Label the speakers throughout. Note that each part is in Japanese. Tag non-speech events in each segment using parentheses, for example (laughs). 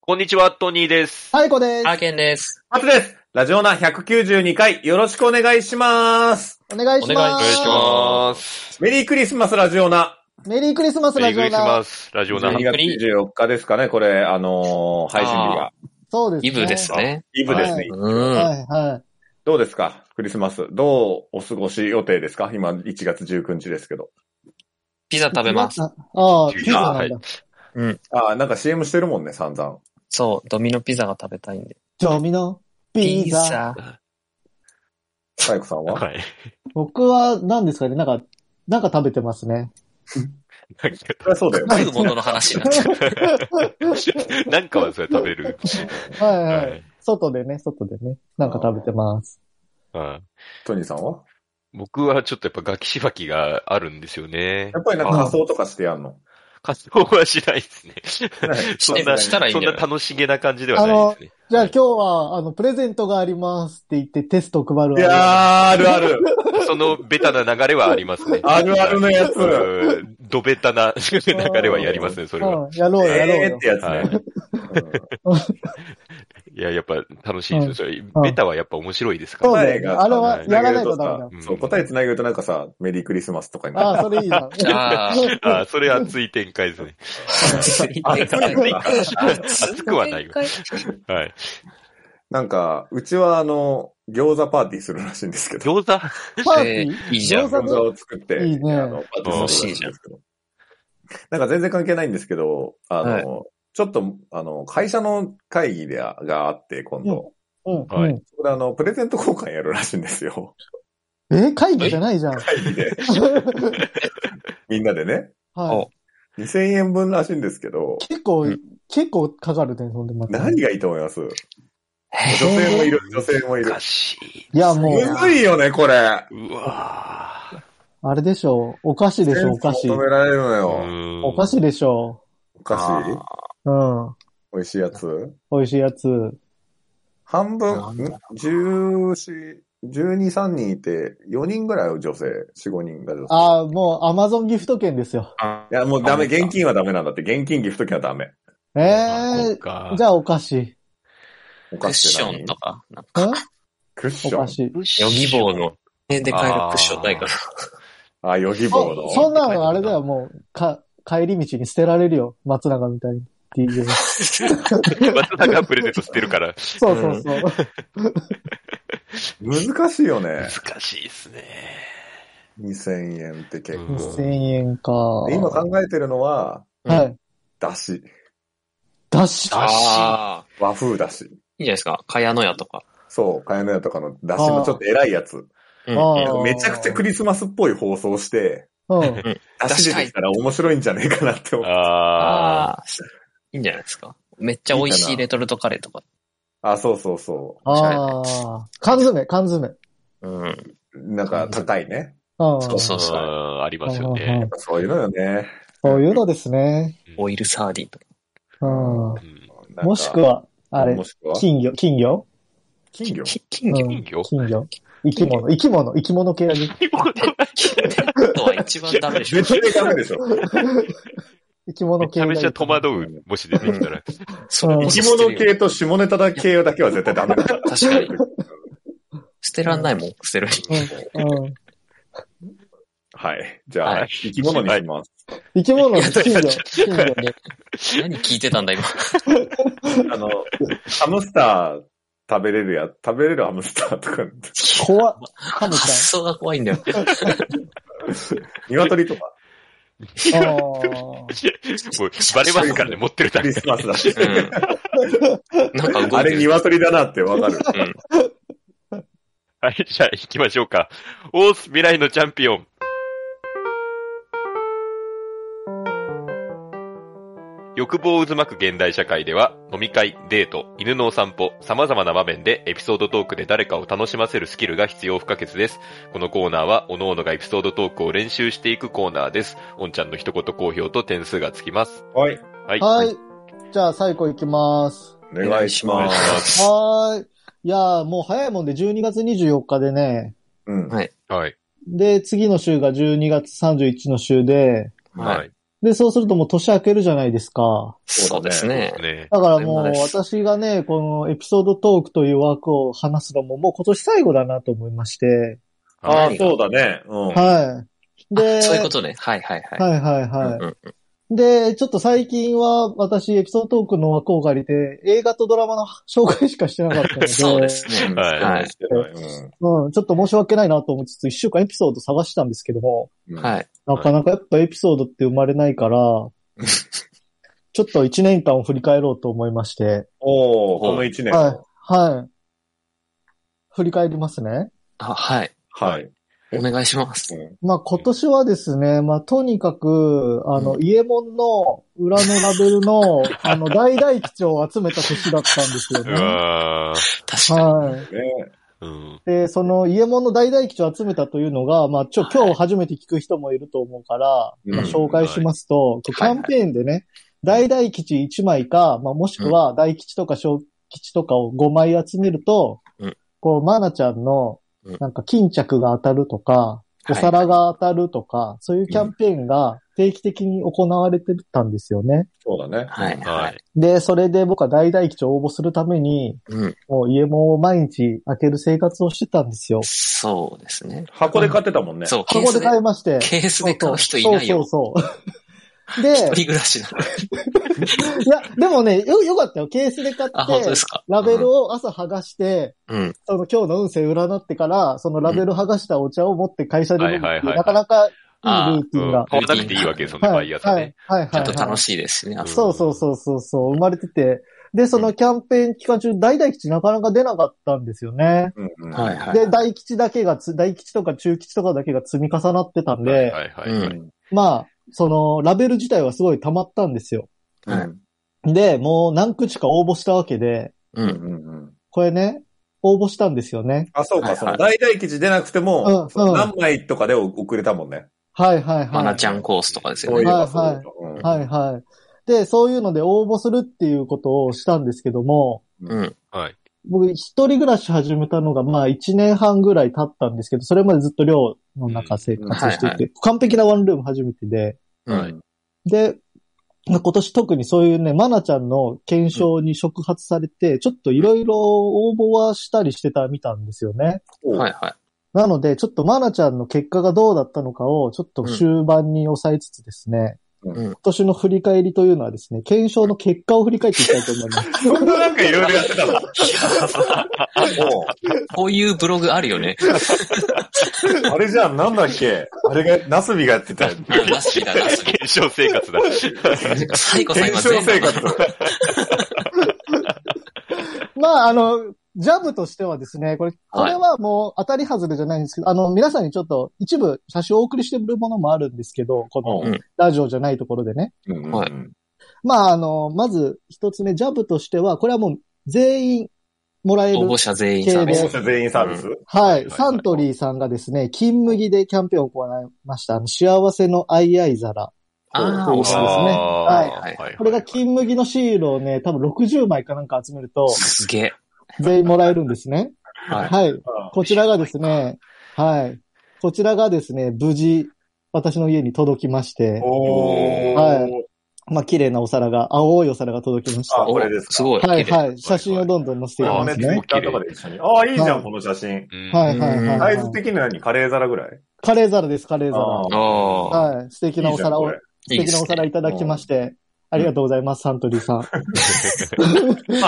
Speaker 1: こんにちは、トニーです。
Speaker 2: 太鼓です
Speaker 3: ア。ーケンです。
Speaker 4: 松です。ラジオナ192回、よろしくお願いします。
Speaker 2: お願いします。
Speaker 3: お願いしま
Speaker 1: ます。
Speaker 4: メリークリスマスラジオナ。
Speaker 2: メリークリスマス
Speaker 1: メ
Speaker 2: ラ
Speaker 1: リー
Speaker 2: ジ
Speaker 1: ク
Speaker 2: オ
Speaker 1: リス
Speaker 2: だ
Speaker 1: マ。ス、ラジオナ。
Speaker 4: 12
Speaker 1: い
Speaker 4: 月24日ですかね、これ、あのー配信日が。
Speaker 2: そうです、ね。
Speaker 3: イブですね。
Speaker 4: イブですね、
Speaker 2: はい
Speaker 3: うん。
Speaker 2: はい、は
Speaker 4: どうですかクリスマス。どうお過ごし予定ですか今1月19日ですけど。
Speaker 3: ピザ
Speaker 2: い。
Speaker 3: 食べます。
Speaker 2: ああ、ピ
Speaker 1: ピ
Speaker 2: ザ
Speaker 1: ザ
Speaker 2: なんだ
Speaker 1: は。
Speaker 4: ああ、なんか CM してるもんね、散々。
Speaker 3: そう、ドミノピザが食べたいんで。
Speaker 2: じゃあみんな、ピザ。。
Speaker 4: サイコさんは。
Speaker 1: はい。
Speaker 2: 僕は何ですかね、なんか、なんか食べてますね。
Speaker 4: そりゃそうだよ。
Speaker 3: 食うものの話になっちゃ
Speaker 1: (laughs)
Speaker 3: う。
Speaker 1: なんかはそれ食べる。
Speaker 2: はい、はい、
Speaker 1: はい。
Speaker 2: 外でね、外でね、なんか食べてます。
Speaker 1: はい
Speaker 4: トニーさんは
Speaker 1: 僕はちょっとやっぱガキしばきがあるんですよね
Speaker 4: や。っぱりなんか仮装とかしてやんの。
Speaker 1: 活動はしないですね。
Speaker 3: し
Speaker 1: そ
Speaker 3: て
Speaker 1: んな、
Speaker 3: したらいい
Speaker 1: そ
Speaker 3: ん
Speaker 1: ん
Speaker 3: じゃ
Speaker 1: な
Speaker 3: ない
Speaker 1: 楽しげな感じではないですね。
Speaker 2: じゃあ
Speaker 1: は
Speaker 2: 今日は、あの、プレゼントがありますって言ってテスト配るわ
Speaker 4: いやー、あるある。。
Speaker 1: いそのベタな流れはありますね
Speaker 4: あるあるのや
Speaker 1: (laughs)
Speaker 4: つ。
Speaker 1: うんドベタな (laughs) 流れはやりますね、それは。
Speaker 2: うんやろうよ、やろう
Speaker 4: えー
Speaker 2: よ
Speaker 4: って。やつ
Speaker 1: はい
Speaker 4: ね。
Speaker 1: いや、やっぱ楽しいですよ。それ、ベタはやっぱ面白いですか
Speaker 2: そう
Speaker 1: ら。
Speaker 2: だよね。あれはやらないとダメだ。
Speaker 1: うん
Speaker 4: そう、答え繋げるとなんかさ、メリークリスマスとかになる
Speaker 2: ああ、それいいな。
Speaker 3: あ
Speaker 2: (laughs)
Speaker 1: あーそれ熱い展開ですね。熱くはないよ。はい。
Speaker 4: なんか、うちはあの、餃子パーティーするらしいんですけど、
Speaker 1: 餃子
Speaker 2: パー
Speaker 3: え
Speaker 2: ティ
Speaker 3: ーいいじゃん。
Speaker 4: 餃子を作って、
Speaker 2: いいね
Speaker 4: あの、パーティーするらしいんですけど。なんか全然関係ないんですけど、あの、
Speaker 3: はい
Speaker 4: ちょっと、あの、会社の会議であがあって、今度、
Speaker 2: ーうん、
Speaker 1: は
Speaker 2: う
Speaker 1: い
Speaker 4: そこであの、プレゼント交換やるらしいんですよ。
Speaker 2: ん。えー、会議じゃないじゃん。
Speaker 4: 会議で、みんなでね。
Speaker 2: はい。
Speaker 4: 2000円分らしいんですけど、
Speaker 2: 結構、
Speaker 3: うん
Speaker 2: 結構かかるね、そんでまた。
Speaker 4: 何がいいと思います女性もいる、女性もいる
Speaker 1: おか。しい。
Speaker 2: いや、も
Speaker 4: む
Speaker 2: う、
Speaker 4: ずいよね、これ。
Speaker 1: うわぁ
Speaker 2: あれでしょう。お菓子でしょ、お菓
Speaker 4: セ
Speaker 2: 子
Speaker 4: ンス。求められるの
Speaker 1: う
Speaker 4: よ。
Speaker 1: ーん
Speaker 2: お菓子でしょ
Speaker 4: おかしい。
Speaker 2: う。うん。
Speaker 4: 美味しいやつ。
Speaker 2: 美味しいやつ。
Speaker 4: 半分
Speaker 3: なん、
Speaker 4: ん十四、十二、三人いて、四人ぐらいは女性、四五人が女性。
Speaker 2: ああ、もう、アマゾンギフト券ですよ。
Speaker 4: いや、もうダメ、現金はダメなんだって、現金ギフト券はダメ。
Speaker 2: ええ
Speaker 1: か
Speaker 2: ー、じゃあお菓子。ん
Speaker 4: お
Speaker 3: ク
Speaker 4: 菓
Speaker 3: ッ
Speaker 4: 子
Speaker 3: シ
Speaker 4: って
Speaker 3: ョン
Speaker 4: 何
Speaker 3: とか。なんか
Speaker 4: クッシ
Speaker 2: お
Speaker 4: ョ
Speaker 2: 菓
Speaker 4: ン。
Speaker 2: 子。
Speaker 3: ヨギボーの。で買えるクッションないから。
Speaker 4: あ、ヨギボ
Speaker 2: そ
Speaker 4: ーの。
Speaker 2: そんなのあれだよ、もう、か、帰り道に捨てられるよ。松永みたいに。DJ
Speaker 1: 松永がプレゼントしてるから。
Speaker 2: そうそうそう。
Speaker 4: 難しいよね。
Speaker 1: 難しいですね。
Speaker 4: 二千円って結
Speaker 1: うん
Speaker 4: 構。
Speaker 2: 2000円か。
Speaker 4: で今考えてるのは、
Speaker 2: はい。
Speaker 4: だし。
Speaker 2: だし。
Speaker 3: ああ。
Speaker 4: 和風だし。
Speaker 3: いいじゃないですか。かやのやとか。
Speaker 4: そう、かやのやとかのだしのちょっと偉いやつ。
Speaker 3: うん
Speaker 2: あー
Speaker 4: めちゃくちゃクリスマスっぽい放送して、
Speaker 2: うん。
Speaker 4: だし出てきたら面白いんじゃねえかなって思う。
Speaker 1: ああ。
Speaker 3: ああ。いいんじゃないですか。めっちゃ美味しいレトルトカレーとか。
Speaker 4: あ、そうそうそう。
Speaker 2: ああ。缶詰、缶詰。
Speaker 3: うん。
Speaker 4: なんか高いね。
Speaker 2: うん。
Speaker 3: そうそうそうう。
Speaker 1: んありますよ
Speaker 2: うんうん
Speaker 1: ね
Speaker 2: うん。
Speaker 4: そういうのよね。
Speaker 2: そういうのですね。
Speaker 3: オイルサーディンとか。
Speaker 2: うん。
Speaker 1: うん
Speaker 4: なんか
Speaker 2: もしく、は、あれ
Speaker 4: も、しくは、
Speaker 2: 金魚、金魚
Speaker 4: 金魚。
Speaker 3: き金魚
Speaker 2: うん
Speaker 1: 金魚
Speaker 2: 金魚生き物、生き物、生き物系あげ。
Speaker 3: とは一番ダメでしょ。
Speaker 4: 絶対ダメでしょ。
Speaker 2: 生き物
Speaker 1: めち
Speaker 2: 系
Speaker 1: ゃ
Speaker 2: がいい
Speaker 1: めちゃ戸惑う、もし出てき
Speaker 2: (laughs)
Speaker 1: たら。
Speaker 3: それ
Speaker 2: 生
Speaker 3: こそ
Speaker 4: 生
Speaker 3: 捨
Speaker 4: き
Speaker 3: て
Speaker 4: 物
Speaker 3: るよ
Speaker 4: 系と下ネタだ系だけは絶対ダ
Speaker 3: (laughs)
Speaker 4: メだ。
Speaker 3: 確かに。捨てらんないもん、捨てるに。
Speaker 2: うん。
Speaker 4: はい。じゃあ、
Speaker 3: はい
Speaker 4: 生き物にします。
Speaker 2: 生き物、金魚、金魚。
Speaker 3: 何聞いてたんだ、今。
Speaker 4: あの、ハムスター食べれるや、食べれるハムスターとか、
Speaker 2: 怖っ。ハム
Speaker 3: 発想が怖いんだよ。
Speaker 4: 鶏とか、
Speaker 2: ちゃん。あ
Speaker 1: もうバレますからね、持ってるだ
Speaker 4: ク
Speaker 1: け
Speaker 4: リ。スマスだし。
Speaker 3: うん。なんか動
Speaker 4: (laughs) あ
Speaker 3: いて
Speaker 4: れ
Speaker 3: る。
Speaker 4: 鶏だなってわかる。
Speaker 1: はい、じゃあ行きましょうか。オース未来のチャンピオン。欲望を渦巻く現代社会では、飲み会、デート、犬のお散歩、様々な場面でエピソードトークで誰かを楽しませるスキルが必要不可欠です。このコーナーは、各々がエピソードトークを練習していくコーナーです。おんちゃんの一言好評と点数がつきます。
Speaker 4: はい。
Speaker 1: はい。
Speaker 2: ーはい。じゃあ、最後いきます。
Speaker 4: お願いし
Speaker 1: お願
Speaker 4: ま
Speaker 1: いし
Speaker 4: す。
Speaker 1: ます。
Speaker 2: はーい。いやー、もう早いもんで、12月24日でね。
Speaker 4: うん。
Speaker 1: はい。
Speaker 2: で、次の週が12月31の週で、
Speaker 1: はい。
Speaker 2: で、そうするともう年明けるじゃないですか。
Speaker 3: そうですね。
Speaker 1: ね。
Speaker 2: だからも
Speaker 3: 当た
Speaker 2: う
Speaker 3: り前です
Speaker 2: 私がね、このエピソードトークという枠を話すのももう今年最後だなと思いまして。
Speaker 4: ああ、
Speaker 3: 何が
Speaker 4: そうだね。うん。
Speaker 2: はい。で、
Speaker 3: あそういうことね。はいはいはい。
Speaker 2: はいはいはい。
Speaker 3: うんうん
Speaker 2: で、ちょっと最近は私エピソードトークの枠を借りて映画とドラマの紹介しかしてなかったので、
Speaker 3: (laughs) そうですね。
Speaker 1: はい
Speaker 3: はい。
Speaker 4: い。
Speaker 2: うん、ちょっと申し訳ないなと思いつつ一週間エピソード探したんですけども、
Speaker 4: い。
Speaker 3: はい。
Speaker 2: なかなかやっぱエピソードって生まれないから、ちょっと一年間を振り返ろうと思いまして、
Speaker 4: おー、この一年。
Speaker 2: は、
Speaker 4: はい
Speaker 2: はい。振り返りますね。
Speaker 3: あ、はい。
Speaker 4: い。
Speaker 3: お願いします。
Speaker 2: まあ今年はですね、まあとにかく、あの、
Speaker 3: う
Speaker 2: 伊右衛門の裏のラベルの、あの、大々基調を集めた年だったんですよ
Speaker 1: う
Speaker 2: ね。
Speaker 1: わー
Speaker 3: 確か
Speaker 2: はい。
Speaker 3: に。
Speaker 4: ね
Speaker 1: うん。
Speaker 2: で、その、伊右衛門の大々吉を集めたというのが、まあ、ちょ、今日初めて聞く人もいると思うから、
Speaker 4: うん
Speaker 2: まあ、紹介しますと、キ
Speaker 3: はい
Speaker 2: ャンペーンでね、大々吉1枚か、まあ、もしくは大吉とか小吉とかを5枚集めると、
Speaker 3: うん
Speaker 2: こう、マナちゃんの
Speaker 3: うん、
Speaker 2: なんか巾着が当たるとか、お皿が当たるとか、そういうキャンペーンが定期的に行われてたんですよね。
Speaker 4: そうだね。
Speaker 3: はいは
Speaker 1: はいい。。
Speaker 2: で、それで僕は大々吉を応募するために、
Speaker 3: うん。
Speaker 2: もう家門を毎日開ける生活をしてたんですよ。
Speaker 3: そうですね。
Speaker 4: 箱で買ってたもんね。
Speaker 3: そう、ケー
Speaker 2: 箱
Speaker 3: ス
Speaker 2: で
Speaker 3: で。
Speaker 2: 買いまして。
Speaker 3: ケースで買う人いないよ。
Speaker 2: そうそうそう。
Speaker 3: 一
Speaker 2: で、
Speaker 3: (laughs) 人暮らしなの。
Speaker 2: いや、でもね、よ、よかったよ。ケースで買っ
Speaker 3: あ、本当で
Speaker 2: て、
Speaker 3: すか。
Speaker 2: ラベルを朝剥がして、
Speaker 3: うん。
Speaker 2: その今日の運勢占ってから、そのラベル剥がしたお茶を持って会社で飲むって
Speaker 1: はいいうはいはい
Speaker 2: なかなかいいルーテ
Speaker 1: う
Speaker 2: ィン
Speaker 1: ん
Speaker 2: が。
Speaker 1: 買わなくていいわけですよね、毎朝ね。。
Speaker 2: はい、はい、
Speaker 3: ちょ
Speaker 2: は
Speaker 3: っ
Speaker 2: い
Speaker 3: と楽
Speaker 2: はい。
Speaker 3: しいですしね。あ
Speaker 2: そうそうそうそうそう、生まれてて。で、そのキャンペーン期間中、大大吉なかなか出なかったんですよね。
Speaker 4: うんうん
Speaker 3: はいはい。
Speaker 2: で、大吉だけがつ、大吉とか中吉とかだけが積み重なってたんで、
Speaker 1: はいはいは
Speaker 3: う
Speaker 1: い。
Speaker 3: ん
Speaker 2: まあ、その、ラベル自体はすごい溜まったんですよ。
Speaker 4: うん
Speaker 2: で、もう何口か応募したわけで、
Speaker 3: う
Speaker 4: うん
Speaker 3: ん。
Speaker 4: うんうん
Speaker 2: これね、応募したんですよね。
Speaker 4: あ、そう
Speaker 3: はいは
Speaker 4: か、
Speaker 3: い
Speaker 4: その大々記事出なくて
Speaker 2: うんう
Speaker 4: も
Speaker 2: ん、
Speaker 4: その何枚とかで遅れたもんね。
Speaker 2: はいはいはい。
Speaker 3: マナちゃんコースとかですよ
Speaker 4: そういえ
Speaker 3: ね。
Speaker 4: ばそうだうん
Speaker 2: はいはい。で、そういうので応募するっていうことをしたんですけども、
Speaker 3: うん。
Speaker 1: はい。
Speaker 2: 僕一人暮らし始めたのがまあ一年半ぐらい経ったんですけど、それまでずっと寮の中生活して
Speaker 3: うんはい
Speaker 2: て、完璧なワンルーム初めてで、
Speaker 3: うん
Speaker 4: はい
Speaker 2: で、まあ今年特にそういうね、マナちゃんの検証に触発されて、ちょっといろいろ応募はしたりしてたみたいなんですよね。
Speaker 3: はいは
Speaker 2: なので、ちょっとマナちゃんの結果がどうだったのかを、ちょっと終盤に抑えつつですね、
Speaker 4: うん
Speaker 3: うん
Speaker 2: 今年の振り返りというのはですね、検証の結果を振り返っていきたいと思い
Speaker 4: (laughs)
Speaker 2: ます。
Speaker 4: そんななんかいろいろやってたわ。も
Speaker 3: い。こういうブログあるよね。
Speaker 4: うあれじゃん、なんだっけあれが、ナスビがやってた。
Speaker 3: あナスビだ、ナスビ。
Speaker 1: 検証生活だ。
Speaker 3: 最後最
Speaker 4: 検
Speaker 3: 後
Speaker 4: 証
Speaker 3: 全
Speaker 4: 生
Speaker 3: 部。
Speaker 4: 活。
Speaker 2: まあ、あの、ジャブとしてはですね、これ、これはもう当たり外れじゃないんですけど、あの、皆さんにちょっと一部写真をお送りしてるものもあるんですけど、この
Speaker 4: うん
Speaker 2: ラジオじゃないところでね。
Speaker 4: うんうん
Speaker 3: はい
Speaker 2: まあ、あの、まず一つ目、ジャブとしては、これはもう全員もらえる
Speaker 3: 応募者全員さん
Speaker 2: 系
Speaker 4: 応
Speaker 2: で
Speaker 4: 募者全員サービス
Speaker 1: は
Speaker 2: はい
Speaker 1: はい
Speaker 2: い。サントリーさんがですね、金麦でキャンペーンを行いました。あの、幸せのアイアイ皿。
Speaker 3: ああ、
Speaker 2: そう
Speaker 3: お
Speaker 2: です
Speaker 3: す
Speaker 2: ね
Speaker 1: あー
Speaker 3: はい
Speaker 1: はい
Speaker 2: これが金麦のシールをね、多分60枚かなんか集めると、
Speaker 3: すげえ。
Speaker 2: 全員もらえるんですね。
Speaker 3: はい。
Speaker 2: はい。こちらがですね、はい。こちらがですね、無事、私の家に届きまして、
Speaker 4: おー。
Speaker 2: はいまあ、綺麗なお皿が、青いお皿が届きまし
Speaker 4: あ
Speaker 2: た。
Speaker 4: これですか
Speaker 3: すごい。
Speaker 2: はい、
Speaker 3: 綺麗
Speaker 2: はい。写真をどんどん載せていき
Speaker 4: あ
Speaker 2: ま
Speaker 4: のね、
Speaker 2: す
Speaker 4: ツイ
Speaker 2: ね
Speaker 4: ッ。ターとかで一緒に。ああ、いいじゃ
Speaker 2: は
Speaker 4: ん、
Speaker 2: い
Speaker 4: この写真。
Speaker 1: うん
Speaker 2: はい、はい、はい
Speaker 4: サイ
Speaker 2: は
Speaker 4: ズ
Speaker 2: い。
Speaker 4: 的には何カレー皿ぐらい
Speaker 2: カレー皿です、カレー
Speaker 4: あ
Speaker 2: 皿。
Speaker 4: ー
Speaker 3: ああ、
Speaker 2: はい。素敵なお皿を
Speaker 4: いいじ
Speaker 2: 素
Speaker 3: いい
Speaker 4: ゃんこれ
Speaker 3: で
Speaker 2: 敵な
Speaker 3: す
Speaker 2: お皿
Speaker 3: ね。
Speaker 2: いただきまして、ありがとうございます、サントリーさん。
Speaker 4: ま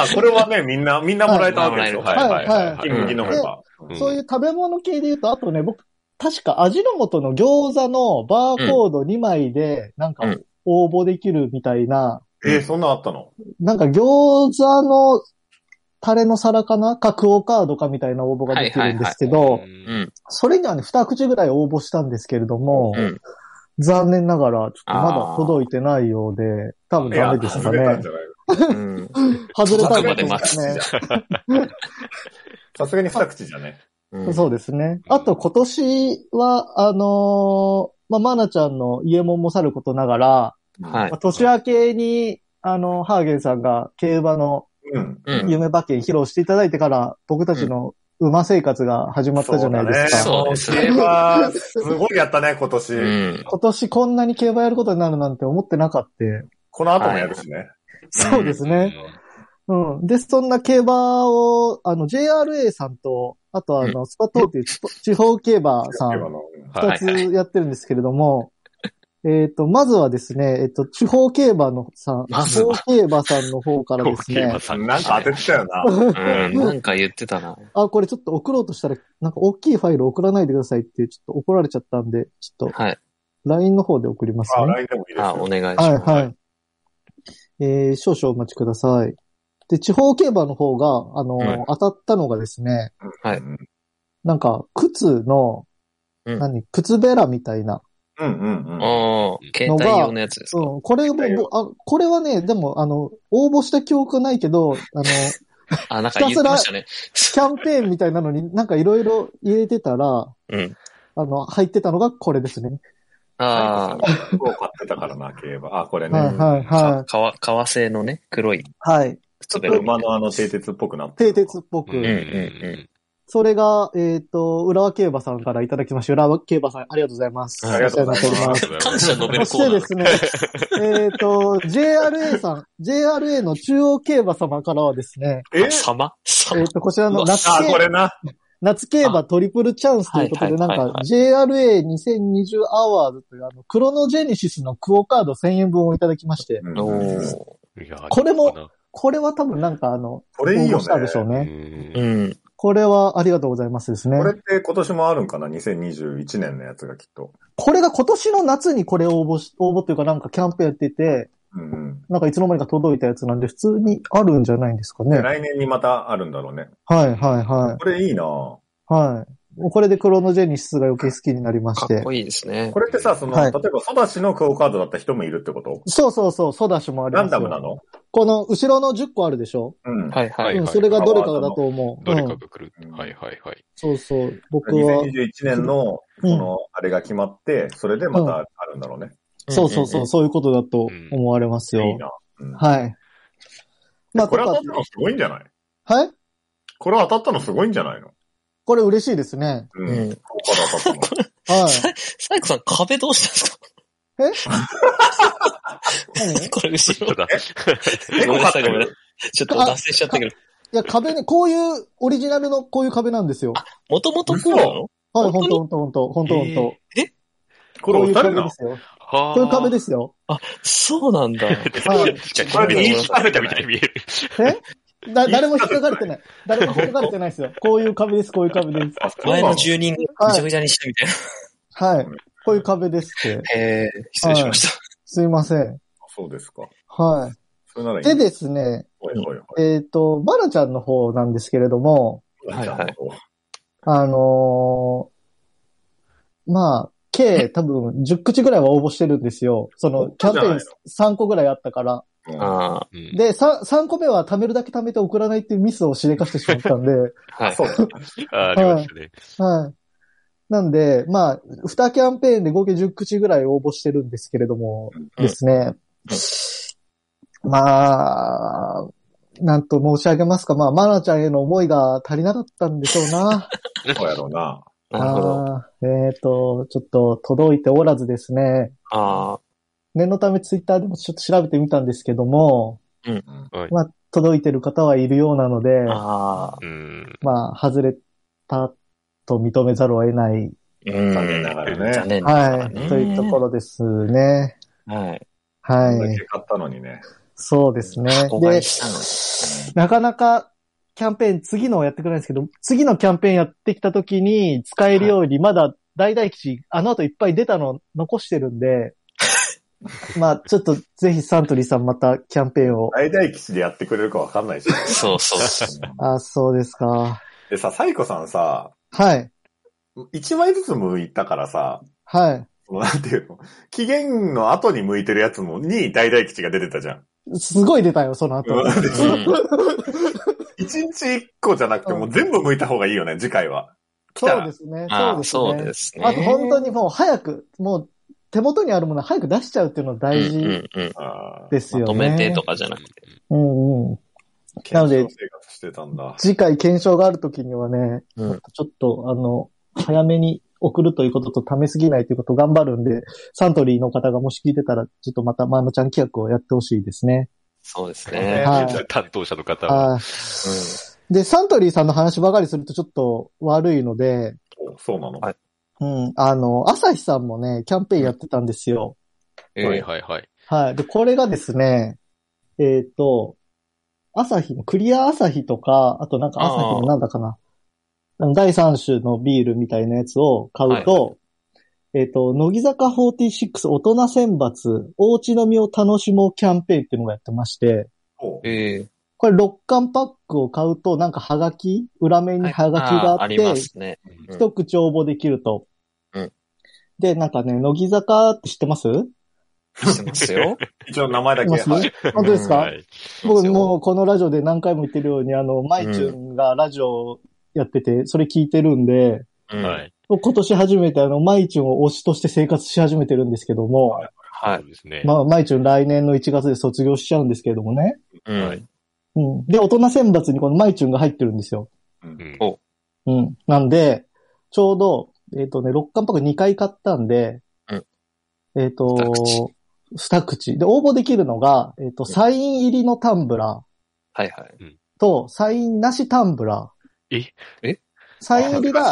Speaker 4: あ、これはね、みんな、みんなもらえたわけですよ。
Speaker 1: はい
Speaker 4: はい。
Speaker 1: はいはいは。
Speaker 2: はい
Speaker 4: 金麦飲めば。
Speaker 1: うん
Speaker 2: そういう食べ物系で言うと、あとね、僕、確か味の素の餃子のバーコード2枚で、なんか
Speaker 3: うん
Speaker 2: 応募できるみたいな、
Speaker 4: えー、そんなんあったの
Speaker 2: なんか餃子のタレの皿かなかクオカードかみたいな応募ができるんですけ
Speaker 1: うん
Speaker 2: ど、
Speaker 3: うん。
Speaker 2: それにはね、2口ぐらい応募したんですけれども、
Speaker 3: うん
Speaker 2: 残念ながら、ちょっとま
Speaker 3: あ
Speaker 2: だ
Speaker 3: ー
Speaker 2: 届いてないようで、多分
Speaker 4: いや
Speaker 2: ダメでし
Speaker 4: 外
Speaker 2: た
Speaker 4: れたん
Speaker 2: ね
Speaker 4: じ。ゃない
Speaker 3: うん。
Speaker 2: 外れた
Speaker 3: 届くまで
Speaker 2: んで
Speaker 3: 待
Speaker 2: す
Speaker 3: つ
Speaker 2: ね。
Speaker 4: さすがに二口じゃね。
Speaker 3: うん
Speaker 2: そうですね。あと今年は、あのーまあ、まなちゃんの家門もさることながら、
Speaker 3: はい
Speaker 2: まあ、年明けに、あの、ハーゲンさんが競馬の
Speaker 4: うん。
Speaker 3: うん。
Speaker 2: 夢馬券披露していただいてから、僕たちの馬生活が始まったじゃないですか。
Speaker 3: そうですね
Speaker 4: 競馬、すごいやったね、今年。
Speaker 3: うん。
Speaker 2: 今年こんなに競馬やることになるなんて思ってなかった。
Speaker 4: この後もやるしね。
Speaker 2: そうですね。うん。で、そんな競馬を、あの、JRA さんと、あとあの、スパトーっていう地方地方競馬さ
Speaker 4: 競馬
Speaker 2: ん、
Speaker 4: の
Speaker 1: は
Speaker 2: 二
Speaker 1: い。
Speaker 2: つやってるんですけれども、えっと、まずはですね、えっと、地方競馬のさん、
Speaker 3: ま
Speaker 2: 地
Speaker 3: ず
Speaker 2: 方
Speaker 3: は
Speaker 2: 競馬さんの方からで
Speaker 1: 東
Speaker 2: す
Speaker 1: 京
Speaker 2: ね
Speaker 1: 馬、さん。
Speaker 4: なんか当ててたよな。
Speaker 3: うん。なんか言ってたな。
Speaker 2: あ、これちょっと送ろうとしたら、なんか大きいファイル送らないでくださいって、ちょっと怒られちゃったんで、ちょっと
Speaker 3: はい。
Speaker 2: LINE の方で送ります
Speaker 4: あ、
Speaker 2: ね。
Speaker 4: LINE でもいいです
Speaker 3: あ、
Speaker 4: よ。
Speaker 3: お願いし
Speaker 2: はい
Speaker 3: ます。
Speaker 2: はい。えー、少々お待ちください。で、地方競馬の方が、あの、
Speaker 3: はい
Speaker 2: 当たったのがですね、
Speaker 3: はい
Speaker 4: うん
Speaker 2: なんか、靴の、
Speaker 3: うん
Speaker 2: 何、靴べらみたいな。
Speaker 4: うんうんうん。
Speaker 3: ああ、携帯用のやつですか。
Speaker 2: うん、これも
Speaker 4: だよ、
Speaker 2: あ、これはね、でも、あの、応募した記憶ないけど、あ
Speaker 4: (laughs)
Speaker 2: の、
Speaker 3: あ、なんか言ってましたね。
Speaker 2: キャンペーンみたいなのになんかいろいろ入れてたら、
Speaker 3: うん。
Speaker 2: あの、入ってたのがこれですね。
Speaker 3: ああ、
Speaker 4: 服を買ってたからな、競馬。あ、これね。
Speaker 2: はいはいは
Speaker 3: か革、革製のね、黒い
Speaker 2: い。はい。
Speaker 4: ち
Speaker 3: 靴
Speaker 4: ょっ
Speaker 3: べ
Speaker 4: と
Speaker 3: らみた
Speaker 4: 馬
Speaker 3: いな。
Speaker 4: のあの、蹄鉄っぽくなっ
Speaker 2: 蹄
Speaker 4: てる。
Speaker 2: 鉄っぽ
Speaker 1: うんうんう
Speaker 2: く。
Speaker 1: ん
Speaker 2: それが、えっ、と、浦和競馬さんからいただきまして、浦和競馬さん、ありがとうございます。
Speaker 4: はいありがとうございます
Speaker 2: お世話になっております
Speaker 3: 感謝述べ
Speaker 2: そ
Speaker 3: るコー
Speaker 2: して
Speaker 3: ナー
Speaker 2: で。すね、
Speaker 4: (laughs)
Speaker 2: えっ、と、JRA さん、JRA の中央競馬様からはですね、
Speaker 4: え
Speaker 3: 様
Speaker 2: えっ、
Speaker 3: 様
Speaker 2: と、こちらの夏
Speaker 4: あ、
Speaker 2: 競
Speaker 4: これな。
Speaker 2: 夏競馬トリプルチャンスということで、
Speaker 3: はい
Speaker 2: な
Speaker 3: は
Speaker 2: ん
Speaker 3: いはいはい
Speaker 2: か JRA2020 アワーズという、あの、クロノジェネシスのクオカード1000円分をいただきまして、
Speaker 4: うん
Speaker 3: おー。
Speaker 1: いや
Speaker 2: これも、これは多分なんかあの、
Speaker 4: これいいよ
Speaker 2: 応募したで
Speaker 4: ね。
Speaker 2: しょう
Speaker 1: う
Speaker 2: ね。
Speaker 1: ん
Speaker 3: うん。
Speaker 2: これはありがとうございますですね
Speaker 4: こ。れって今年もあるんかな ?2021 年のやつがきっと。
Speaker 2: これが今年の夏にこれ応募し、応募というかなんかキャンペーンやってて、
Speaker 4: うんうん。
Speaker 2: なんかいつの間にか届いたやつなんで普通にあるんじゃないんですかね。はい
Speaker 4: 来年にまたあるんだろうね。
Speaker 2: はいはい。
Speaker 4: これいいなぁ
Speaker 2: はい。もうこれでクロノジェニシスが余計好きになりまし
Speaker 3: か
Speaker 2: て。
Speaker 3: っこいいですね
Speaker 4: こ。れってさ、その、
Speaker 2: はい
Speaker 4: 例えば、ソダシのクオカードだった人もいるってこと
Speaker 2: そうそうそう、ソダシもあります
Speaker 4: ラ
Speaker 2: よ
Speaker 4: ンダムなの
Speaker 2: この後ろの10個あるでしょ、
Speaker 4: うん。
Speaker 3: はいは
Speaker 1: はい
Speaker 3: い。
Speaker 2: うん、それがどれかだと思う。
Speaker 1: どれ
Speaker 2: う
Speaker 1: か
Speaker 2: ん
Speaker 1: が来る
Speaker 4: うん。
Speaker 1: はいはいはい。
Speaker 2: そうそう。僕は、
Speaker 4: 2021年の、こ
Speaker 2: うん
Speaker 4: の、あれが決まって、それでまたあるんだろうね。
Speaker 2: そうそうそう、そういうことだと思われますよ。
Speaker 4: いいなうん
Speaker 2: はい。まあ、
Speaker 4: これ当
Speaker 2: と
Speaker 4: た
Speaker 2: か
Speaker 4: ったのすごいんじゃない
Speaker 2: はい
Speaker 4: これ当たったのすごいんじゃないの
Speaker 2: これ嬉しいですね。
Speaker 4: う
Speaker 3: うんうん。う。ん。
Speaker 4: クオカ
Speaker 3: (laughs)
Speaker 4: ード当たったの。
Speaker 2: は
Speaker 3: サイコさん壁どうしたんですか
Speaker 2: い。何い
Speaker 3: (laughs) これ後ろ。
Speaker 1: ただ、
Speaker 3: ごめんなさいごめんな
Speaker 4: る
Speaker 3: さい。ちょっと脱線しちゃったけど。
Speaker 2: や、壁ね、こういう、オリジナルのこういう壁なんですよ。
Speaker 3: もともとこうなの
Speaker 2: はい、
Speaker 3: 本
Speaker 2: 本当本当本当本当本当
Speaker 4: こ
Speaker 2: こ
Speaker 4: れ
Speaker 2: うい
Speaker 4: 打
Speaker 2: う
Speaker 4: たれ
Speaker 2: 壁
Speaker 4: るな
Speaker 2: で。すよ。
Speaker 1: は
Speaker 2: こういう壁ですよ。
Speaker 3: そうな
Speaker 2: (laughs)
Speaker 3: んだ。
Speaker 1: (laughs)
Speaker 2: はい。
Speaker 1: 確かに認識されたみたいに見える。
Speaker 2: えだ誰も引っかかれてない。誰も引っかかれてないですよ。こういう壁です、こういう壁です。
Speaker 4: あそうな
Speaker 3: 前
Speaker 4: の
Speaker 3: の住人ぐちゃぐちゃにしてみたいな。
Speaker 2: はい。こういう壁ですって。
Speaker 3: えー、失礼しました。
Speaker 2: すいません。
Speaker 4: そうですか。
Speaker 2: は
Speaker 4: それならい
Speaker 2: い。で
Speaker 4: い。
Speaker 2: ですね、
Speaker 4: はいはいはい
Speaker 2: えっ、と、バラちゃんの方なんですけれども、
Speaker 3: はいはい
Speaker 2: あのーまあ、計多分10口ぐらいは応募してるんですよ。その、キャンペーン3個ぐらいあったから。
Speaker 4: うん
Speaker 3: あ
Speaker 1: うん
Speaker 2: で、3, 三個目は貯めるだけ貯めて送らないっていうミスをしでかしてしまったんで、
Speaker 3: あ、はい。
Speaker 4: そうだね
Speaker 1: あー、ありましたね。
Speaker 2: はい。なんで、まあ、2キャンペーンで合計10口ぐらい応募してるんですけれども、
Speaker 3: うん
Speaker 2: ですね。まあ、なんと申し上げますか、まあ、マナちゃんへの思いが足りなかったんでしょうな。
Speaker 4: そうやろうな。
Speaker 3: なるほど。
Speaker 2: あーえっ、と、ちょっと届いておらずですね。
Speaker 3: あ
Speaker 2: 念のためツイッターでもちょっと調べてみたんですけども、
Speaker 4: うん
Speaker 2: まあ、届いてる方はいるようなので、
Speaker 3: あ、ああ、
Speaker 1: うん。
Speaker 2: まあ、外れたと認めざるを得ない、
Speaker 3: うん。
Speaker 4: 残念ながら
Speaker 3: 残
Speaker 4: ね。
Speaker 3: 念なが
Speaker 2: は
Speaker 3: ら
Speaker 2: い、
Speaker 3: ね。
Speaker 2: というところですね。
Speaker 3: はい。
Speaker 2: は
Speaker 4: こんだ
Speaker 2: い。
Speaker 4: け買ったのにね。
Speaker 2: そうですね。
Speaker 3: 箱買いしたの
Speaker 2: で、なかなかキャンペーン、次のをやってくれないんですけど、次のキャンペーンやってきた時に使えるように、まだ大々吉、あの後いっぱい出たの残してるんで、まあ、ちょっとぜひサントリーさんまたキャンペーンを。
Speaker 4: 大大吉でやってくれるかわかんないし。
Speaker 3: そうそう。
Speaker 2: あ、そうですか。
Speaker 4: でさ、サイコさんさ、
Speaker 2: はい。
Speaker 4: 一枚ずつ剥いたからさ、
Speaker 2: は
Speaker 4: そのなんていうの、期限の後に剥いてるやつも、に大大吉が出てたじゃん。
Speaker 2: い。すごい出たよ、その後。 (laughs)
Speaker 3: う
Speaker 4: 一日一個じゃなくて、もう全部剥いた方がいいよね、次回は。来た
Speaker 2: そう
Speaker 4: ら
Speaker 2: ですね。
Speaker 3: ん
Speaker 2: そう
Speaker 3: あ
Speaker 2: で
Speaker 3: あ、
Speaker 2: す
Speaker 3: そう
Speaker 2: ね
Speaker 3: で。すね。
Speaker 2: あと本当にもう早く、もう手元にあるもの早く出しちゃうっていうのは大
Speaker 3: うんう
Speaker 2: 事
Speaker 3: んうん。
Speaker 4: あー
Speaker 2: ですよね。
Speaker 3: まとめてとかじゃなくて。
Speaker 2: うんうん。なので
Speaker 4: 健康生活してたんだ。
Speaker 2: 次回検証があるときにはね、
Speaker 4: うん
Speaker 2: ちょっと、あの、早めに送るということと、ためすぎないということを頑張るんで、サントリーの方がもし聞いてたら、ちょっとまた、まああのちゃん企画をやってほしいですね。
Speaker 5: そうですね。
Speaker 2: はい
Speaker 1: 担当者の方は。
Speaker 2: あーで、サントリーさんの話ばかりするとちょっと悪いので、
Speaker 4: おそうなの。
Speaker 5: はい
Speaker 2: うん、あの、朝日さんもね、キャンペーンやってたんですよ。
Speaker 5: え
Speaker 1: はい
Speaker 5: え
Speaker 1: はいはい。
Speaker 2: はい。で、これがですね、えっ、と、朝日の、クリア朝日とか、あとなんか朝日のなんだかな、あの第3種のビールみたいなやつを買うと、えっ、と、乃木坂46大人選抜、おうち飲みを楽しもうキャンペーンっていうのがやってまして、
Speaker 4: お
Speaker 5: ええ
Speaker 2: これ6巻パックを買うと、なんかハガキ、裏面にハガキがあって、
Speaker 5: ありますね。
Speaker 2: 一口応募できると。
Speaker 5: うん
Speaker 2: で、なんかね、乃木坂って知ってます
Speaker 5: してますよ。
Speaker 4: 一応名前だけ。
Speaker 2: います
Speaker 4: はい
Speaker 2: 本当ですか、
Speaker 1: はい。
Speaker 2: 僕もうこのラジオで何回も言ってるように、あの、マイチューンがラジオやってて、それ聞いてるんで、
Speaker 5: うん
Speaker 1: は。い。
Speaker 2: 僕今年初めてあの、マイチューンを推しとして生活し始めてるんですけども、
Speaker 5: は
Speaker 1: そ
Speaker 5: い。
Speaker 1: うですね。
Speaker 2: まあ、マイチューン来年の1月で卒業しちゃうんですけどもね。
Speaker 5: うん
Speaker 1: はい
Speaker 2: うん。で、大人選抜にこのマイチューンが入ってるんですよ。
Speaker 1: うん
Speaker 2: うん。なんで、ちょうど、えっ、とね、6巻パック2回買ったんで、
Speaker 5: うん
Speaker 2: えっ、
Speaker 5: 二
Speaker 2: と
Speaker 5: 口、
Speaker 2: 二口。で、応募できるのが、えっ、と、サイン入りのタンブラー。
Speaker 5: はいはい。
Speaker 2: と、サインなしタンブラー。
Speaker 5: ええ
Speaker 2: サイン入りが、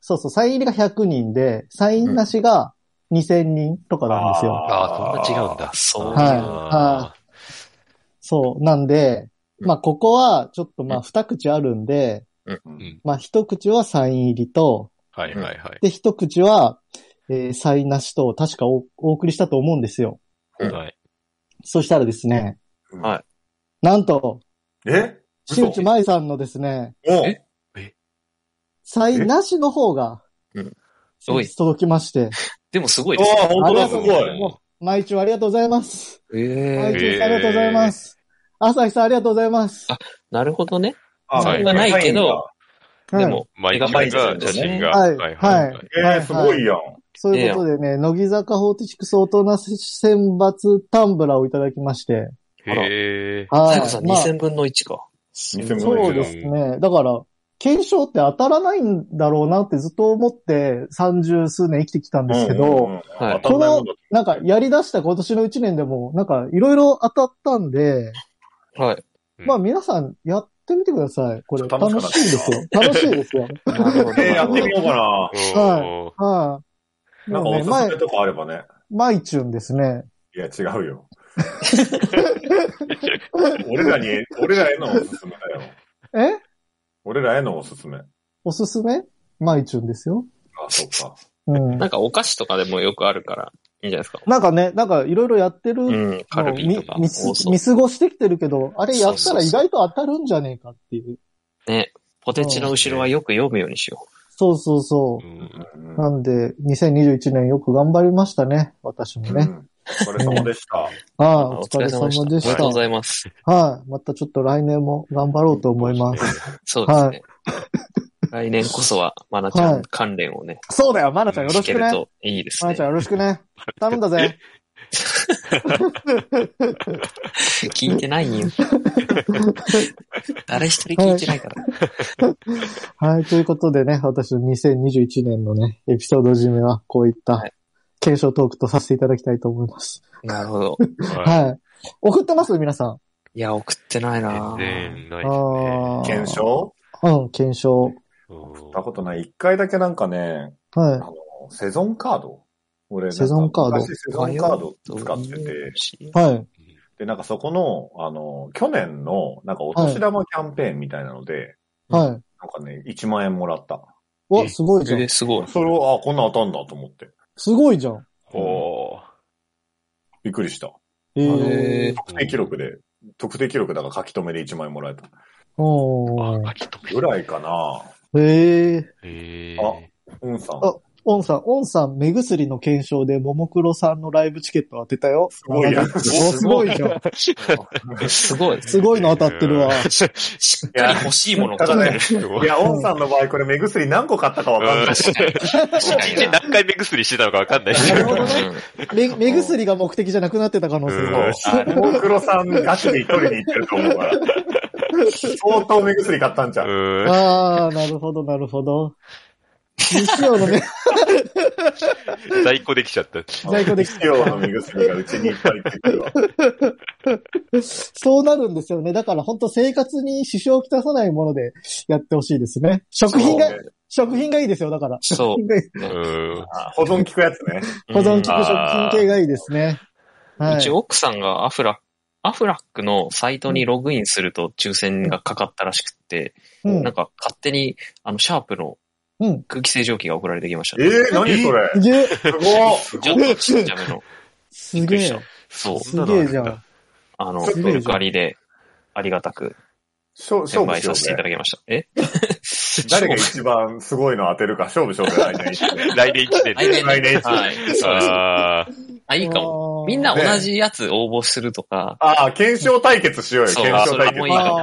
Speaker 2: そうそう、サイン入りが100人で、サインなしが2000人とかなんですよ。
Speaker 1: ああ、そんな違うんだ。
Speaker 5: そう。
Speaker 2: はい
Speaker 1: あ
Speaker 2: そう。なんで、
Speaker 5: うん
Speaker 2: まあ、ここは、ちょっとま
Speaker 5: う
Speaker 2: あ、二口あるんで、
Speaker 1: ん
Speaker 2: まあ、一口はサイン入りと、
Speaker 1: ーはいはいはい。
Speaker 2: で、一口は、えーサインなしと、確かおお送りしたと思うんですよ。
Speaker 5: うん
Speaker 1: はい。
Speaker 2: そしたらですね、
Speaker 5: はい
Speaker 2: なんと、
Speaker 4: え
Speaker 2: 新内舞さんのですね、
Speaker 4: お
Speaker 5: え
Speaker 2: サインなしの方が、
Speaker 5: うんすごい
Speaker 2: 届きまして。
Speaker 5: でもすごいですね。
Speaker 4: ああ、本
Speaker 2: あ
Speaker 4: 当
Speaker 2: り
Speaker 4: だ、
Speaker 2: が
Speaker 4: す
Speaker 2: とう
Speaker 4: ご
Speaker 2: ござい
Speaker 4: い。
Speaker 2: ます。毎週ありがとうございます。
Speaker 5: え
Speaker 2: 毎
Speaker 5: え
Speaker 1: え
Speaker 2: 週ありがとうございます。朝日さんありがとうございます。
Speaker 5: あなるほどね。
Speaker 4: あ
Speaker 1: そんな
Speaker 5: ないけど
Speaker 2: はい
Speaker 5: で、も、
Speaker 1: マイクが写真が。
Speaker 2: はいはい
Speaker 1: い。
Speaker 4: えー、すごいやん。
Speaker 2: そういうことでね、乃木坂46大人選抜タンブラーをいただきまして。
Speaker 1: へえ。
Speaker 2: は
Speaker 5: 最
Speaker 2: い
Speaker 5: 後さん
Speaker 2: まあ
Speaker 5: 2000分の1か。
Speaker 4: 2000分の
Speaker 2: そ
Speaker 4: 1
Speaker 2: うですね。だから、検証って当たらないんだろうなってずっと思って30数年生きてきたんですけど、
Speaker 4: うんうんうん
Speaker 5: は
Speaker 4: 当
Speaker 5: い。
Speaker 4: たんないもんだ
Speaker 2: なんかやり出した今年の1年でも、なんかいろいろ当たったんで、
Speaker 5: はい。
Speaker 1: うん
Speaker 2: まあ皆さんやってみてください。これ
Speaker 4: ちょっと
Speaker 2: 楽
Speaker 4: 楽しかっ
Speaker 2: したいですよ。楽しいですよ。
Speaker 5: なるほど
Speaker 4: えー、やってみようかな。
Speaker 1: おー
Speaker 2: はい。
Speaker 4: なんか
Speaker 2: もうね、
Speaker 4: おすす
Speaker 2: 前
Speaker 4: め、とかあればね。
Speaker 2: マイチューンですね。
Speaker 4: いや、違
Speaker 2: (laughs)
Speaker 4: うよ。俺らに、俺らへのおすすめだよ。
Speaker 2: え
Speaker 4: 俺らへのおすすめ。あ、
Speaker 2: おすすめマイチューンですよ。
Speaker 4: そっか。
Speaker 2: うん。
Speaker 5: なんかお菓子とかでもよくあるから、いいんじゃないですか。
Speaker 2: なんかね、なんかいろいろやってる
Speaker 5: う
Speaker 2: のを
Speaker 5: ん。カルビー
Speaker 2: 見
Speaker 5: とか。
Speaker 2: 見
Speaker 5: 多
Speaker 2: す
Speaker 5: そう
Speaker 2: 見過ごしてきてるけど、あれやったら意外と当たるんじゃねえかっていう。
Speaker 5: ポテチの後ろはよく読むようにしよ
Speaker 2: そうそうそうう。
Speaker 1: ん
Speaker 4: うん
Speaker 2: なんで、2021年よく頑張りましたね。私も
Speaker 4: う
Speaker 2: ね。
Speaker 4: んお疲れ様でした。
Speaker 2: (laughs) あ
Speaker 5: う。
Speaker 2: あ、お疲れ様
Speaker 5: お
Speaker 2: で
Speaker 5: おめ
Speaker 2: し
Speaker 5: でと
Speaker 2: た。
Speaker 5: う
Speaker 2: は
Speaker 5: ございます。
Speaker 2: い。またちょっと来年も頑張ろうと思います。
Speaker 5: そうですね。 (laughs) 来年こそは、まなちゃん関連をね、
Speaker 2: そうだよ、まなちゃんよろ
Speaker 5: 聞
Speaker 2: し
Speaker 5: け
Speaker 2: く
Speaker 5: る
Speaker 2: ね。
Speaker 5: といいです
Speaker 2: まな
Speaker 5: ね
Speaker 2: ちゃん。よろしくね。頼んだぜ。
Speaker 5: 聞いてないよ。 (laughs) 誰一人聞いてないから。
Speaker 2: はい、ということでね、私の2021年のね、エピソード締めはこういった
Speaker 5: はい
Speaker 2: 検証トークとさせていただきたいと思います。
Speaker 5: なるほど。
Speaker 1: は
Speaker 2: はい。送ってます皆さん。
Speaker 5: いや、送ってないなぁ
Speaker 1: い。全然ないですね。
Speaker 2: ああ。
Speaker 4: 検証
Speaker 2: うん、検証。
Speaker 1: お
Speaker 4: た
Speaker 1: ー
Speaker 4: ことない。一回だけなんかね、あ
Speaker 2: は
Speaker 4: の、セゾンカード俺なんか
Speaker 2: セゾンカード
Speaker 4: 昔セゾンカード使ってて、
Speaker 2: い。はい。
Speaker 4: で、なんかそこの、あの、去年の、なんかお年玉キャンペーンみたいなので、
Speaker 2: はい。
Speaker 4: なんかね、1万円もらった。
Speaker 2: お、
Speaker 5: え
Speaker 2: すごいじゃ
Speaker 5: え
Speaker 2: ん。
Speaker 5: すごい。
Speaker 4: それを、あ、こんな当たんだと思って。
Speaker 2: すごいじゃん。
Speaker 1: おー
Speaker 4: びっくりした。
Speaker 2: え
Speaker 5: へ
Speaker 2: え
Speaker 5: ー。
Speaker 4: 特定記録で、特定記録だから書き留めで1万円もらえた。
Speaker 2: おー
Speaker 1: あ、書き留
Speaker 4: ぐらいかな
Speaker 2: へえ。
Speaker 1: め。へ
Speaker 4: あ
Speaker 1: (laughs) ー
Speaker 4: うんさん。
Speaker 2: あオンさん、オンさん、目薬の検証で、ももクロさんのライブチケット当てたよ。す
Speaker 4: ごいやん
Speaker 2: すごいじゃん。
Speaker 5: すごい。
Speaker 2: すごいの当たってるわ。
Speaker 5: しっかり欲しいものを買ってる。
Speaker 4: いや、オンさんの場合、これ目薬何個買ったかわかんない。
Speaker 5: 確かに
Speaker 1: 一日何回目薬してたのかわかんない
Speaker 3: (laughs)
Speaker 1: し。
Speaker 2: なるほどね目 (laughs) 目薬が目的じゃなくなってた可能性がある
Speaker 1: うん
Speaker 5: あ
Speaker 4: 大黒さん、ガチで一人に行ってると思うから。相当目薬買ったんじゃ
Speaker 5: (laughs)
Speaker 4: ん。
Speaker 1: うーん。
Speaker 2: ああ、なるほど、なるほど。未使用
Speaker 5: (laughs)
Speaker 2: のね、
Speaker 1: 在庫できちゃった。
Speaker 2: 在庫でき
Speaker 4: 必要の目薬がうちにいっぱい出てるわ。
Speaker 2: そうなるんですよね。だから本当生活に支障をきたさないものでやってほしいですね。食品が、食品がいいですよ、だから。
Speaker 5: そ
Speaker 2: 食品がいいう
Speaker 1: ーん。
Speaker 4: あ保存効くやつね。
Speaker 5: う。
Speaker 2: 保存効く食
Speaker 1: あ
Speaker 2: 品系がいいですね。は
Speaker 5: うち
Speaker 2: い。
Speaker 5: 奥さんがアフラック、アフラックのサイトにログインすると抽選がかかったらしくって、
Speaker 2: うん
Speaker 5: なんか勝手に、あの、シャープの
Speaker 2: うん
Speaker 5: 空気清浄機が送られてきました
Speaker 4: え
Speaker 5: ね。
Speaker 4: ー、何それ。
Speaker 2: げえ
Speaker 4: すごっ
Speaker 5: ちょっとちっちゃめの。
Speaker 2: す
Speaker 5: び
Speaker 2: げ
Speaker 5: っくりした
Speaker 2: え。
Speaker 1: そう。
Speaker 2: すげえじゃん。
Speaker 5: あの、
Speaker 4: ちょっと
Speaker 5: メルカリで、ありがたく
Speaker 4: しょ勝
Speaker 5: 転
Speaker 4: 負
Speaker 5: 売
Speaker 4: しよ
Speaker 5: させていうた
Speaker 4: ぜ。
Speaker 5: だきました。え
Speaker 4: 誰が一番すごいの当てるか勝負しようぜ、来年一年。
Speaker 1: 来年1年
Speaker 5: 来
Speaker 1: で。
Speaker 5: 年
Speaker 4: 来年一年。
Speaker 5: はい。そうです。
Speaker 1: あ
Speaker 5: あ、いいかも。
Speaker 2: も
Speaker 5: みんな同じやつ応募するとか、
Speaker 4: ああ、検証対決しようよ、
Speaker 5: そう
Speaker 4: 検証対
Speaker 5: それ
Speaker 4: 決
Speaker 5: もいい。
Speaker 2: あ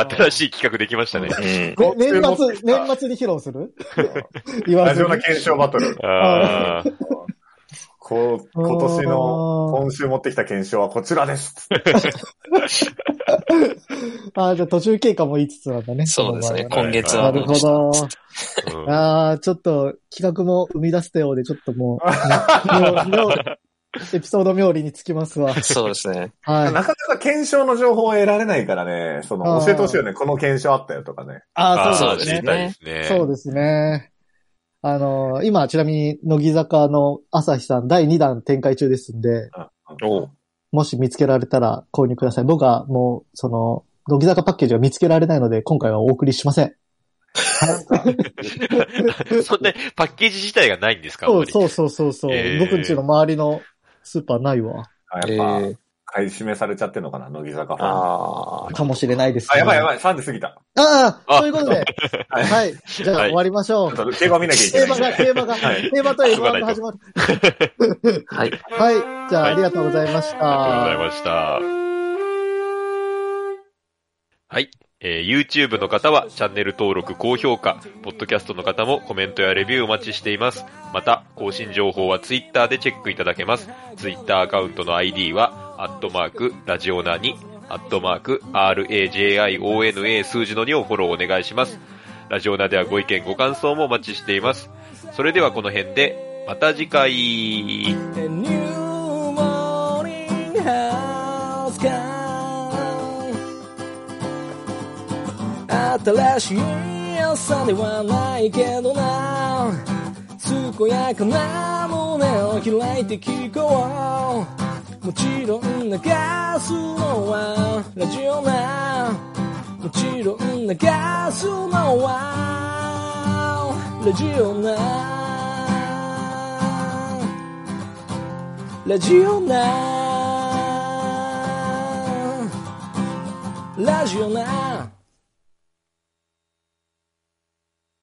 Speaker 1: あ、
Speaker 2: ー
Speaker 1: 新しい企画できましたね。
Speaker 5: うん。
Speaker 2: こ年
Speaker 4: 注目し
Speaker 2: 末、
Speaker 4: た
Speaker 2: 年末に披露する言わ
Speaker 4: ラジ
Speaker 2: ず
Speaker 4: オ
Speaker 2: に
Speaker 4: の。検証バトル。
Speaker 1: あー
Speaker 4: こう今年の、
Speaker 2: あー
Speaker 4: 今週持ってきた検証はこちらです。
Speaker 2: あー、じゃあ途中経過も言いつつなんだね。
Speaker 5: そうですね。
Speaker 2: の場合は
Speaker 5: 今月
Speaker 2: な
Speaker 5: は。
Speaker 2: るほど。
Speaker 1: うん
Speaker 2: ああ、ちょっと企画も生み出したよう (laughs) で、ちょっともう、妙妙エピソード冥利につきますわ。
Speaker 5: そうですね。
Speaker 2: はい。
Speaker 4: なかなか検証の情報を得られないからね、その
Speaker 2: あー
Speaker 4: 教えてほしいよね、この検証あったよとかね。
Speaker 2: ああ、そ
Speaker 5: そううです
Speaker 2: で
Speaker 5: す
Speaker 2: ね
Speaker 5: ね。
Speaker 1: 知りたいです (laughs) ね。
Speaker 2: そうですね。あの、今、ちなみに、乃木坂の朝日さん第2弾展開中ですんで、
Speaker 5: おう
Speaker 2: もし見つけられたら購入ください。僕はもう、その、乃木坂パッケージが見つけられないので、今回はお送りしません。
Speaker 1: そんなパッケージ自体がないんですか
Speaker 2: そう
Speaker 1: う。
Speaker 2: そうそうそうそう、
Speaker 1: えー
Speaker 2: 僕んちの周りのスーパーないわ。
Speaker 4: あ
Speaker 5: え
Speaker 4: やっぱ、
Speaker 5: ー
Speaker 4: 買い占めされちゃってんのかな、乃木坂ファン。あ
Speaker 5: あー
Speaker 2: かもしれないです、
Speaker 4: やばいや
Speaker 2: い。
Speaker 4: ばい、3時過ぎた。
Speaker 2: ああ、
Speaker 1: あ
Speaker 2: ということで、
Speaker 4: はい
Speaker 2: はい。じゃあ、
Speaker 1: はい
Speaker 2: 終わりましょう
Speaker 4: ち。ょっと競馬見なきゃいけ
Speaker 2: 競
Speaker 4: な
Speaker 2: 馬
Speaker 4: いんで
Speaker 2: が、。競馬が、
Speaker 4: はい
Speaker 2: 競馬と M1 が始まる。
Speaker 5: はい。
Speaker 2: はい。じゃあ、ありがとうございました。
Speaker 1: ありがとうございました。はい。えー YouTube の方はチャンネル登録、高評価、ポッドキャストの方もコメントやレビューお待ちしています。また、更新情報は Twitter でチェックいただけます。Twitter アカウントの ID は、アットマーク、ラジオナに、アットマーク、RAJIONA 数字の2をフォローお願いします。ラジオナではご意見、ご感想もお待ちしています。それではこの辺で、また次回。
Speaker 6: A new morning has come 新しい朝ではないけどな健やかな胸を開いて聞こうもちろん流すのはラジオなもちろん流すのはラジオなラジオなラジオな